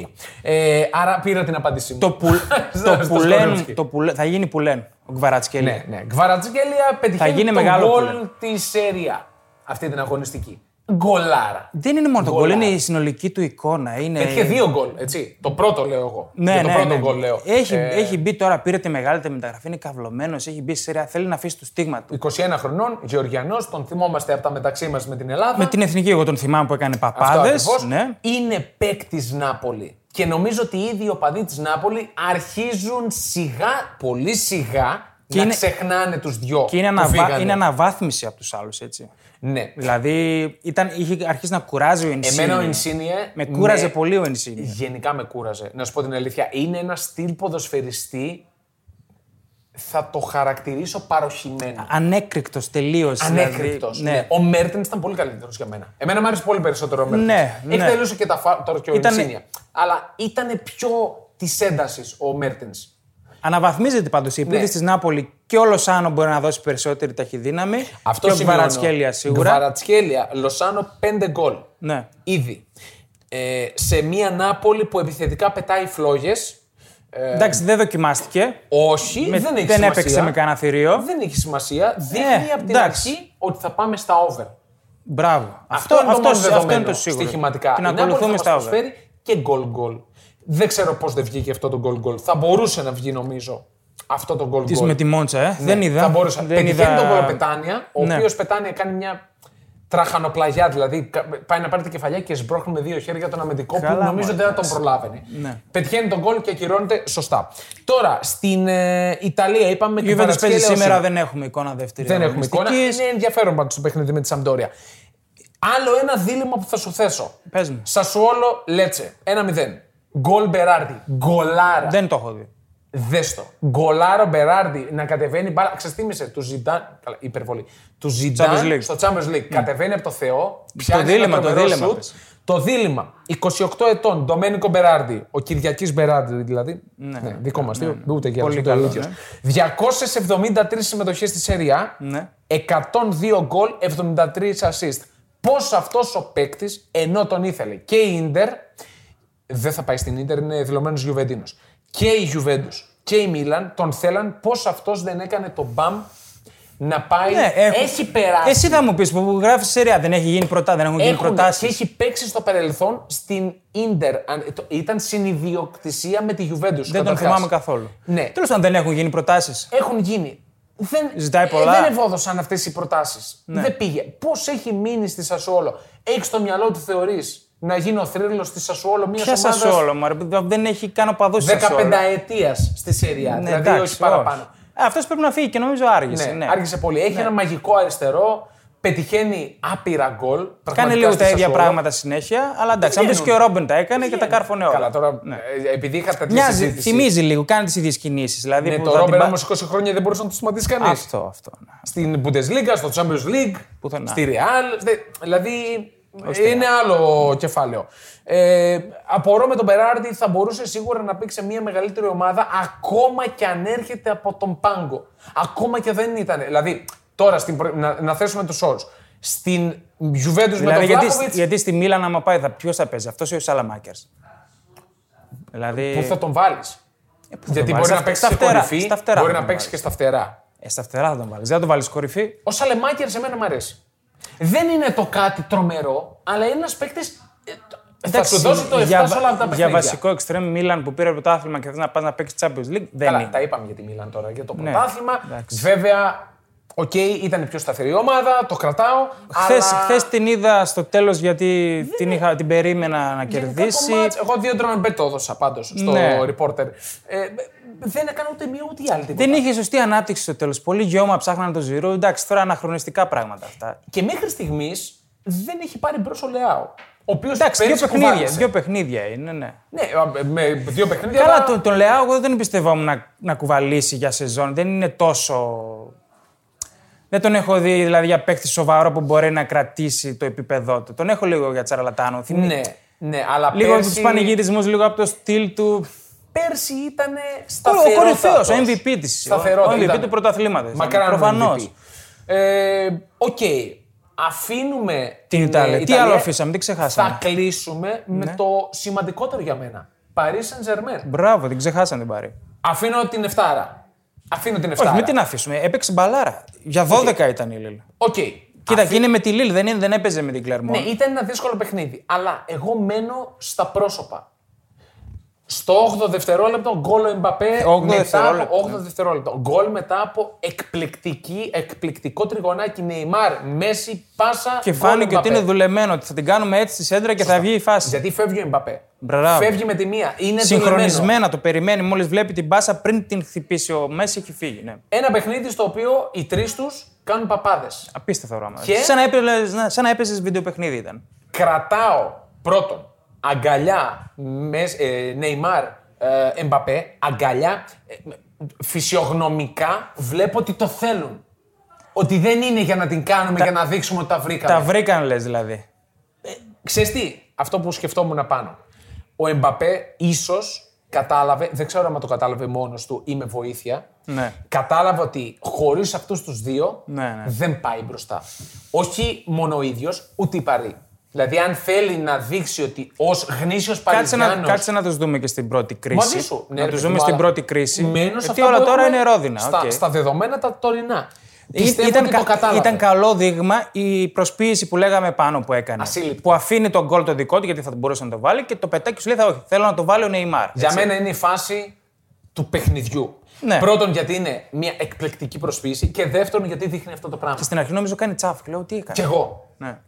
Ε, άρα πήρα την απάντησή μου. Το, που, Στο- το στο πουλέν, Σκορεύσκι. το πουλέ- θα γίνει πουλέν ο Γκβαρατσκέλη. Ναι, ναι. Γκβαρατζικέλια πετυχαίνει γίνει το μεγάλο που γκολ λένε. της Σέρια. Αυτή την αγωνιστική. Γκολάρα. Δεν είναι μόνο το γκολ, Γκολάρα. είναι η συνολική του εικόνα. Είναι... Είχε δύο γκολ, έτσι. Το πρώτο λέω εγώ. Ναι, Για το ναι, πρώτο ναι. γκολ λέω. Έχει, Ε, έχει μπει τώρα, πήρε τη μεγάλη τη μεταγραφή, είναι καυλωμένος, έχει μπει σε σειρά, θέλει να αφήσει το στίγμα του. Ε, 21 χρονών, Γεωργιανός, τον θυμόμαστε από τα μεταξύ μας με την Ελλάδα. Με την εθνική, εγώ τον θυμάμαι που έκανε Αυτό παπάδε. ακριβώς. Ναι. Είναι παίκτης Νάπολη. Και νομίζω ότι ήδη οι οπαδοί της Νάπολη αρχίζουν σιγά, πολύ σιγά, Και να είναι- ξεχνάνε τους δυο. Και είναι, που αναβα... φύγανε. είναι αναβάθμιση από τους άλλους, έτσι. Ναι. Δηλαδή, ήταν, είχε αρχίσει να κουράζει ο Ενσίνη. Εμένα ο Ινσίνιε. Με κούραζε πολύ ο Ενσίνη. Γενικά με κούραζε. Να σου πω την αλήθεια. Είναι ένα στυλ ποδοσφαιριστή. Θα το χαρακτηρίσω παροχημένο. Ανέκρηκτο τελείω. Ανέκρυπτο. Δηλαδή, ναι. Ο Μέρτεν ήταν πολύ καλύτερος για μένα. Εμένα μου άρεσε πολύ περισσότερο ο Μέρτεν. Ναι, ναι. Εκτελούσε και τα φάουλ τώρα και ο Ήτανε- Ινσίνια. Αλλά ήταν πιο της έντασης ο Μέρτεν. Αναβαθμίζεται πάντως Ναι. η επίθεση της Νάπολη και ο Λοσάνο μπορεί να δώσει περισσότερη ταχυδύναμη. και ο Βαρατσκέλια σίγουρα. Βαρατσκέλια, Λοσάνο, πέντε γκολ. Ναι. Ήδη. Ε, σε μια Νάπολη που επιθετικά πετάει φλόγες. Εντάξει, δεν δοκιμάστηκε. Όχι, Με- Ε, δεν έχει σημασία. έπαιξε με κανένα θηρίο. Δεν έχει σημασία. Δείχνει από την εντάξει. αρχή ότι θα πάμε στα over. Μπράβο. Αυτό, είναι το μόνο αυτό, δεδομένο, αυτό είναι το σίγουρο. Στοιχηματικά. Την Η Νάπολη ακολουθούμε θα στα μας over. προσφέρει και goal goal. Δεν ξέρω πώς δεν βγήκε αυτό το goal goal. Θα μπορούσε να βγει νομίζω αυτό το goal goal. Της με τη Μόντσα, ε. Δεν είδα. Ναι. Θα μπορούσε. Δεν Πετυχαίνει είδα- τον goal Πετάνια, ο Ναι. οποίος Πετάνια κάνει μια τραχανοπλαγιά, δηλαδή κα- πάει να πάρει την κεφαλιά και σμπρώχνει με δύο χέρια τον αμυντικό Καλά, που νομίζω μωρέ, δεν θα τον προλάβαινε. Ναι. Πετυχαίνει τον goal και ακυρώνεται σωστά. Τώρα στην ε, Ιταλία είπαμε Η Juventus παίζει Κβαρατσκέλια, σήμερα, Οσίμεν. δεν έχουμε εικόνα δεύτερη. Δεν έχουμε εικόνα. αγωνιστικής. Είναι ενδιαφέρον πάντως το παιχνίδι με τη Σαμπτόρια. Άλλο ένα δίλημα που θα σου θέσω. Πες μου. Σασουόλο Λέτσε. 1-0. Γκολ Μπεράρντι. Γκολάρα. Δεν το έχω δει. Δέστο. Γκολάρο Μπεράρντι να κατεβαίνει. μπάλα. Ξεστήμησε. Του Ζιντάν. Καλά, υπερβολή. Του Champions League. Mm. Ζιντάν στο Champions League. Κατεβαίνει από το Θεό. πιάνει ένα δίλημα, το τρομερό δίλημα, σουτ. πες. Το δίλημα. 28 ετών. Ντομένικο Μπεράρντι. Ο Κυριακής Μπεράρντι δηλαδή. Ναι, δικό μας. Ούτε και Πολύ αυτό καλό, το ίδιο. 273 συμμετοχές στη Σεριά. Ναι. 102 γκολ, 73 assist. Πώς αυτός ο παίκτης, ενώ τον ήθελε και η Ίντερ, δεν θα πάει στην Ίντερ, είναι δηλωμένος Γιουβεντίνος. Και η Γιουβέντους και η Μίλαν τον θέλαν, πώς αυτός δεν έκανε τον μπαμ να πάει. Ναι, έχουν- Ε, Έχει περάσει. Εσύ θα μου πεις που γράφεις σειρά, δεν έχει γίνει πρωτά, δεν έχουν γίνει Έχουν, και προτάσει. έχει παίξει στο παρελθόν στην Ίντερ. Αν- το- Ήταν συνειδιοκτησία με τη Γιουβέντους. Δεν τον καταρχάς. θυμάμαι καθόλου. Ναι. Ε, Τέλος πάντων, δεν έχουν γίνει προτάσεις. έχουν γίνει. Δεν, Ζητάει ε, πολλά. Ναι. δεν ευόδωσαν αυτές οι προτάσεις. Δεν πήγε. Πώς έχει μείνει στη Σασόλο, έχεις στο μυαλό του θεωρείς να γίνει ο θρύλο τη Σασουόλο μια Ποια ομάδας. Σασόλο, μωρέ, δεν έχει καν οπαδό στη Σασόλο. 15 ετία στη Σερία. Ναι, δηλαδή, εντάξει, όχι παραπάνω. Αυτός πρέπει να φύγει και νομίζω άργησε. Ναι, Ναι. Άργησε πολύ. Έχει ένα μαγικό αριστερό. Πετυχαίνει άπειρα γκολ. Κάνει πραγματικά λίγο στη τα ίδια Σασουόλο. πράγματα συνέχεια, αλλά εντάξει, αν βγαίνουν. δεις και ο Ρόμπεν τα έκανε και τα κάρφωνε όλα. Ναι. Καλά, τώρα ε, επειδή είχα τέτοια Μοιάζει, συζήτηση. θυμίζει λίγο, κάνει τις ίδιες κινήσεις. Δηλαδή Ναι, που το θα την Ρόμπερ πα- όμως 20 χρόνια δεν μπορούσε να το σταματήσει κανείς. Αυτό, αυτό. ναι. Στην Bundesliga, στο Champions League, Πουθενά. στη Real. δε- Δηλαδή είναι άλλο κεφάλαιο. Ε, απορώ με τον Μπεράρντι θα μπορούσε σίγουρα να πει σε μια μεγαλύτερη ομάδα ακόμα και αν έρχεται από τον πάγκο. Ακόμα και δεν ήταν. Δηλαδή, τώρα στην, προ- να, να θέσουμε τους όρου. Στην Juventus με τον Δηλαδή, γιατί, Βλάχοβιτς, γιατί στη Μίλαν, άμα πάει, θα, ποιος θα παίζει, αυτός ή ο Σαλαμάκερ. Δηλαδή. Πού θα τον βάλεις. γιατί βάλεις, μπορεί να στα- παίξει στα στην φτερά, κορυφή, στα φτερά μπορεί θα να τον παίξει και στα φτερά. Ε, στα φτερά θα τον βάλεις. Δεν θα τον βάλεις κορυφή. Ο Σαλεμάκερ σε μένα μου αρέσει. Δεν είναι το κάτι τρομερό, αλλά είναι ένας παίκτης. Θα Εντάξει, σου δώσει το 7 για, σε όλα αυτά τα Για παιχνίδια. βασικό εξτρέμ Μίλαν που πήρε πρωτάθλημα και θε να πας να παίξει Champions League. Δεν Καλά, είναι. τα είπαμε για τη Μίλαν τώρα, για το Ναι, πρωτάθλημα. εντάξει. Βέβαια, οκ, ήταν η πιο σταθερή ομάδα, το κρατάω. Χθες, αλλά... χθες την είδα στο τέλος γιατί την, είχα, την περίμενα να Γενικά το κερδίσει. μάτς- Εγώ δύο τρώνε το έδωσα πάντως στο Ναι. reporter. Ε, δεν έκανε ούτε μία ούτε η άλλη τίποτα. Δεν είχε σωστή ανάπτυξη στο τέλος. Πολύ γιώμα ψάχναν το ζυρό. Εντάξει, τώρα αναχρονιστικά πράγματα αυτά. Και μέχρι στιγμής δεν έχει πάρει μπρος ο Λεάο. Ο οποίος Εντάξει, δύο παιχνίδια, δύο παιχνίδια είναι, ναι. Ναι, με δύο παιχνίδια. Καλά, αλλά- τον, τον Λεάο εγώ δεν πιστεύω να, να κουβαλήσει για σεζόν. Δεν είναι τόσο. Δεν τον έχω δει δηλαδή για παίκτη σοβαρό που μπορεί να κρατήσει το επίπεδό του. Τον έχω λίγο για τσαρλατάνο. Θυμ- Ναι, ναι, αλλά Λίγο από πέρσι, τους πανηγυρισμούς, λίγο από το στυλ του. πέρσι ήταν σταθερό. Ο κορυφαίο, ο MVP τη. Σταθερό. Ο MVP του πρωταθλήματος. Μακάρι Προφανώ. Προφανώς. Ε, Οκ. Αφήνουμε Την ε, Ιταλία. Τι άλλο αφήσαμε, τι ξεχάσαμε. Ναι. Θα κλείσουμε με το σημαντικότερο για μένα. Paris Saint Germain. Μπράβο, την ξεχάσαν την πάρει. Αφήνω την Εφτάρα. Αφήνω την Εφτάρα. Όχι, μην την αφήσουμε. Έπαιξε μπαλάρα. Για 12 ήταν η Λίλ. Οκ. Κοίτα, και είναι με τη Λίλ, δεν, είναι- δεν έπαιζε με την Κλερμόν. Ναι, ήταν ένα δύσκολο παιχνίδι. Αλλά εγώ μένω στα πρόσωπα. Στο 8ο δευτερόλεπτο γκολ ο Εμπαπέ. 8ο μετά δευτερόλεπτο, από 8ο δευτερόλεπτο. Γκολ μετά από εκπληκτική, εκπληκτικό τριγωνάκι Νεϊμάρ, Μέση, Πάσα. Και γκολ φάνηκε ότι Εμπαπέ. είναι δουλεμένο, ότι θα την κάνουμε έτσι στη σέντρα και θα βγει η φάση. Γιατί φεύγει ο Εμπαπέ. Μπράβο. Φεύγει με τη μία. Είναι δουλεμένο. Συγχρονισμένα το περιμένει, μόλις βλέπει την μπάσα πριν την χτυπήσει ο Μέση έχει φύγει. Ναι. Ένα παιχνίδι στο οποίο οι τρεις τους κάνουν παπάδες. Απίστευτο πράγμα. Και- Σαν να έπαιζε ναι, σαν να έπαιζες βίντεο παιχνίδι ήταν. Κρατάω πρώτον αγκαλιά Μες- ε, Νεϊμάρ ε, Εμπαπέ, αγκαλιά. ε, φυσιογνωμικά βλέπω ότι το θέλουν. Ότι δεν είναι για να την κάνουμε, για να δείξουμε ότι τα βρήκαμε. Τα βρήκαν λες δηλαδή. Ξέρεις τι, αυτό που σκεφτόμουν πάνω. Ο Εμπαπέ ίσως κατάλαβε, δεν ξέρω αν το κατάλαβε μόνος του ή με βοήθεια, Ναι. κατάλαβε ότι χωρίς αυτούς τους δύο Ναι, ναι. δεν πάει μπροστά. Όχι μόνο ο ίδιος, ούτε η Παρή. Δηλαδή αν θέλει να δείξει ότι ως γνήσιος Κάτσε να, Παριζιάνος... κάτσε να τους δούμε και στην πρώτη κρίση. Μαζί σου. Ναι, ρε να τους παιδί δούμε μου, στην αλλά πρώτη κρίση. μένω σε Γιατί αυτά όλα που τώρα έχουμε είναι ρόδινα. Στα, οκ. στα δεδομένα τα τωρινά. Ή- Πιστεύω ήταν, ότι κα- το κατάλαβες. ήταν καλό δείγμα η προσποίηση που λέγαμε πάνω που έκανε. Ασύλληπτη. Που αφήνει τον γκολ το δικό του γιατί θα μπορούσε να το βάλει και το πετάει και σου λέει: «Θα- Όχι, θέλω να το βάλει ο Νεϊμάρ. Για έτσι. μένα είναι η φάση του παιχνιδιού. Ναι. Πρώτον, γιατί είναι μια εκπληκτική προσποίηση και δεύτερον, γιατί δείχνει αυτό το πράγμα. Και στην αρχή νομίζω κάνει τσάφ. και Λέω: Τι έκανε. Κι εγώ. Ναι.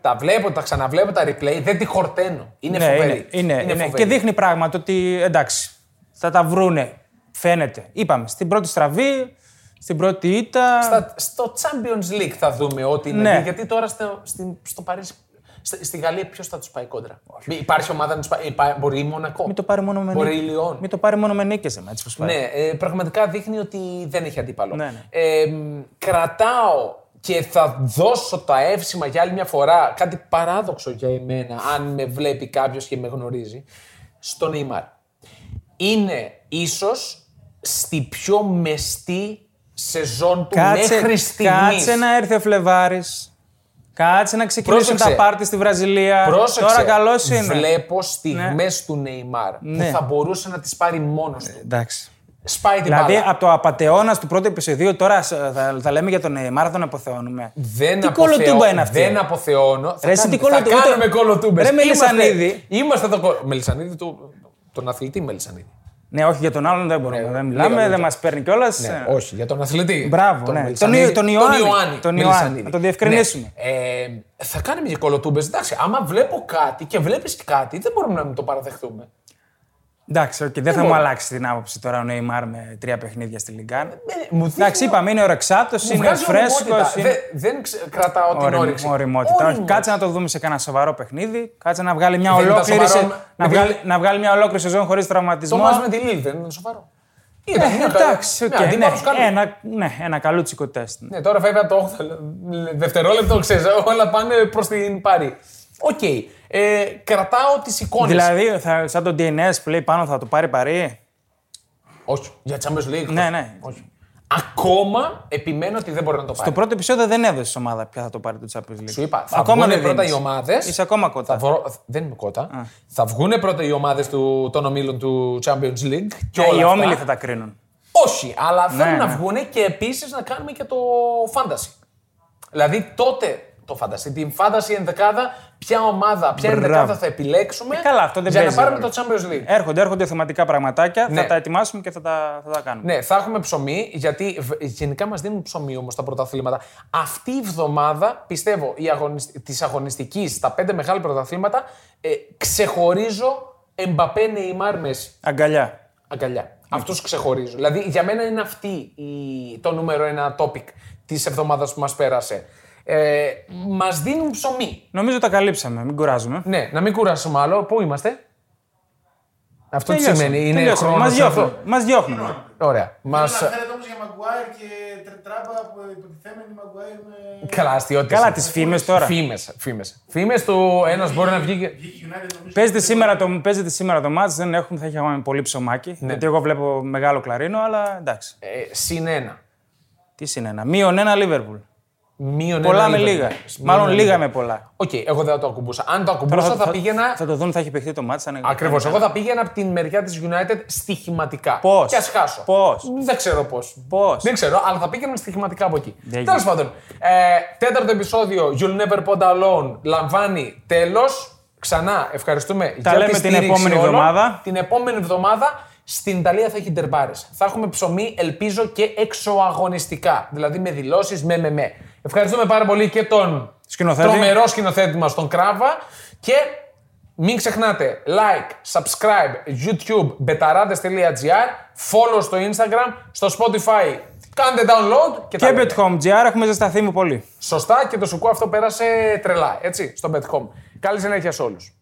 Τα βλέπω, τα ξαναβλέπω, τα replay, δεν τη χορταίνω. Είναι Ναι, φοβερή. είναι, είναι, είναι. φοβερή. Και δείχνει πράγματι ότι εντάξει, θα τα βρούνε. Φαίνεται. Είπαμε στην πρώτη στραβή, στην πρώτη ήττα. Στα- στο Champions League θα δούμε ό,τι είναι. Ναι. Γιατί τώρα στο, στην, στο Παρίσι, στη, στη Γαλλία, ποιος θα τους πάει κόντρα. Υπάρχει ομάδα να τους πάει. υπά- Μπορεί η Μονακό. Μην το πάρει μόνο με Μπορεί η νίκη. Λιόν. Μην το πάρει μόνο με νίκες, εμά, έτσι πως πάει. Ναι, ε, πραγματικά δείχνει ότι δεν έχει αντίπαλο. Ναι, ναι. Ε, μ, κρατάω και θα δώσω τα εύσημα για άλλη μια φορά. Κάτι παράδοξο για εμένα, αν με βλέπει κάποιος και με γνωρίζει. Στο Νίμαρ. Είναι ίσως στη πιο μεστή σεζόν του μέχρι στιγμής. κάτσε να έρθει ο Φλεβάρης. Κάτσε να ξεκινήσουν Πρόσεξε. τα πάρτι στη Βραζιλία. Πρόσεξε, Τώρα καλός είναι. βλέπω στιγμές του Νεϊμάρ Ναι. που θα μπορούσε να τις πάρει μόνος του. Εντάξει. Σπάει την Δηλαδή μπάλα. από το απαταιώνας του πρώτου επεισοδίου τώρα σ- θα, θα λέμε για τον Νεϊμάρ, θα τον αποθεώνουμε. Δεν τι αποθεώ- κολοτούμπα είναι αυτή. Δεν αποθεώνω. Ρε, Θα, εσύ κάνουμε, τι κολοτούμπα- θα ούτε- κάνουμε κολοτούμπες. Ρε, Είμαστε- Μελισανίδη. Είμαστε το κολοτούμπες. Μελισανίδη, του, τον αθλητή Μελισανίδη. Ναι, όχι για τον άλλον δεν μπορούμε. Ναι, δεν λίγα μιλάμε, λόγια. δεν μας παίρνει Ε, κιόλας. Ναι, όχι, για τον αθλητή. Μπράβο, ναι. Μελισανίδη- Τον Ιω- τον Ιωάννη. Τον Ιωάννη. Μελισανίδη. Να το διευκρινίσουμε. Ναι. Ε, θα κάνουμε και κολοτούμπες. Εντάξει, άμα βλέπω κάτι και βλέπεις κάτι, δεν μπορούμε να μην το παραδεχτούμε. Εντάξει, οκ, δεν θα μου μπορώ. αλλάξει την άποψη τώρα ο Νεϊμάρ με τρία παιχνίδια στη Λιγκάν. Ε, μου δείχνει- Εντάξει, είπαμε είναι ορεξάτο, μου είναι βγάζει φρέσκος. ωριμότητα. Δε- δεν ξε- κρατάω την όρεξη. Ωριμότητα. Όχι, Όριμος. κάτσε να το δούμε σε κανένα σοβαρό παιχνίδι. Κάτσε να βγάλει μια Δεν ήταν ολόκληρη, σοβαρό, σε- να επειδή- βγάλει, να βγάλει μια ολόκληρη σεζόν χωρίς Το τραυματισμό. μάτς με Ναι, τη Λίλ δεν ήταν σοβαρό. Ε, Ήταν μια καλή- εντάξει, οκ, μια αντίπαλος καλή. ναι, ένα, ναι, ένα καλούτσικο τεστ. Ναι, τώρα βέβαια το 8 δευτερόλεπτο, ξέρεις, όλα πάνε προς την Πάρη. Οκ. Ε, κρατάω τις εικόνες. Δηλαδή, θα, σαν το DNS που λέει πάνω θα το πάρει παρή. Όχι, για Champions League. Ναι, ναι. Όχι. Ακόμα επιμένω ότι δεν μπορεί να το πάρει. Το πρώτο επεισόδιο δεν έδωσε ομάδα ποια θα το πάρει το Champions League. Ναι. Σου είπα, θα Ακόμα βγουν δεν πρώτα δίνεις. οι ομάδες. Είσαι ακόμα Θα κοντά. βρω- Δεν είμαι κότα. Θα βγουν πρώτα οι ομάδες των ομίλων του Champions League. Και Ναι, όλα οι αυτά. όμιλοι θα τα κρίνουν. Όχι, αλλά θέλουν να ναι. βγουν και επίσης να κάνουμε και το fantasy. Δηλαδή τότε το fantasy, την fantasy ενδεκάδα, ποια ομάδα, ποια Μπράβο. ενδεκάδα θα επιλέξουμε Ε, καλά, αυτό δεν για να παίζει πάρουμε ρόλο. το Champions League. Έρχονται, έρχονται θεματικά πραγματάκια, Ναι. θα τα ετοιμάσουμε και θα τα, θα τα κάνουμε. Ναι, θα έχουμε ψωμί, γιατί β- γενικά μας δίνουν ψωμί όμως τα πρωταθλήματα. Αυτή η εβδομάδα, πιστεύω, η αγωνισ... της αγωνιστικής στα πέντε μεγάλα πρωταθλήματα, ε, ξεχωρίζω Εμπαπέ Νεϊμάρ Μέση. Αγκαλιά. Ναι. Αγκαλιά. Αυτούς ξεχωρίζω. Δηλαδή για μένα είναι αυτή η, το νούμερο ένα topic της εβδομάδας που μας πέρασε. Ε, μας δίνουν ψωμί. Νομίζω τα καλύψαμε, μην κουράζουμε. Ναι, να μην κουράσουμε άλλο. Πού είμαστε. Αυτό τι Τελειώσαμε, σημαίνει, είναι τελειώσαμε. χρόνος. Μας διώχνουν. Μας διώχνουν. Ωραία. Μας... Αναφέρεται όμως για Μαγκουάιρ και τράμπα που υποτιθέμενη Μαγκουάιρ με. Καλά, αστείωτες. Καλά, τις φήμες τώρα. Φήμες, φήμες. Φήμες του ένας μπορεί να βγει και... Βγήκε η United νομίζω. Παίζεται σήμερα, το, παίζεται σήμερα το μάτς, δεν έχουμε, θα είχαμε πολύ ψωμάκι. Ναι. Γιατί εγώ βλέπω μεγάλο κλαρίνο, αλλά εντάξει. Ε, συν ένα. Τι συνένα. Μείον ένα Λίβερπουλ. Μείον Πολλά ένα με Liverpool. λίγα. Μείον Μάλλον ένα λίγα Liverpool. με πολλά. Οκ, εγώ δεν θα το ακουμπούσα. Αν το ακουμπούσα θα, πήγαινα Θα το δουν, θα έχει παιχτεί το μάτς. αν- Ακριβώ. Εγώ θα πήγαινα από την μεριά της United στοιχηματικά. Πώς? Και ας χάσω. Πώς? Δεν ξέρω πώς. Πώς? Ναι, Δεν ξέρω, αλλά θα πήγαινα στοιχηματικά από εκεί. Δεν Τέλος πάντων. Ε, τέταρτο επεισόδιο You'll Never Pond Alone λαμβάνει τέλος. Ξανά ευχαριστούμε Τα για λέμε τη την στήριξη επόμενη όλων. εβδομάδα. Την επόμενη εβδομάδα στην Ιταλία θα έχει ντερμπάρες. Θα έχουμε ψωμί, ελπίζω και εξωαγωνιστικά. Δηλαδή με δηλώσεις, με με με. Ευχαριστούμε πάρα πολύ και τον Σκηνοθέτη. τρομερό σκηνοθέτη μας, τον Κράβα. Και μην ξεχνάτε, like, subscribe, YouTube, betarades.gr, follow στο Instagram, στο Spotify. Κάντε download και, τα Και λέμε. BetHome.gr έχουμε ζεσταθεί μου πολύ. Σωστά και το σουκού αυτό πέρασε τρελά, έτσι, στο BetHome. Καλή συνέχεια σε όλους.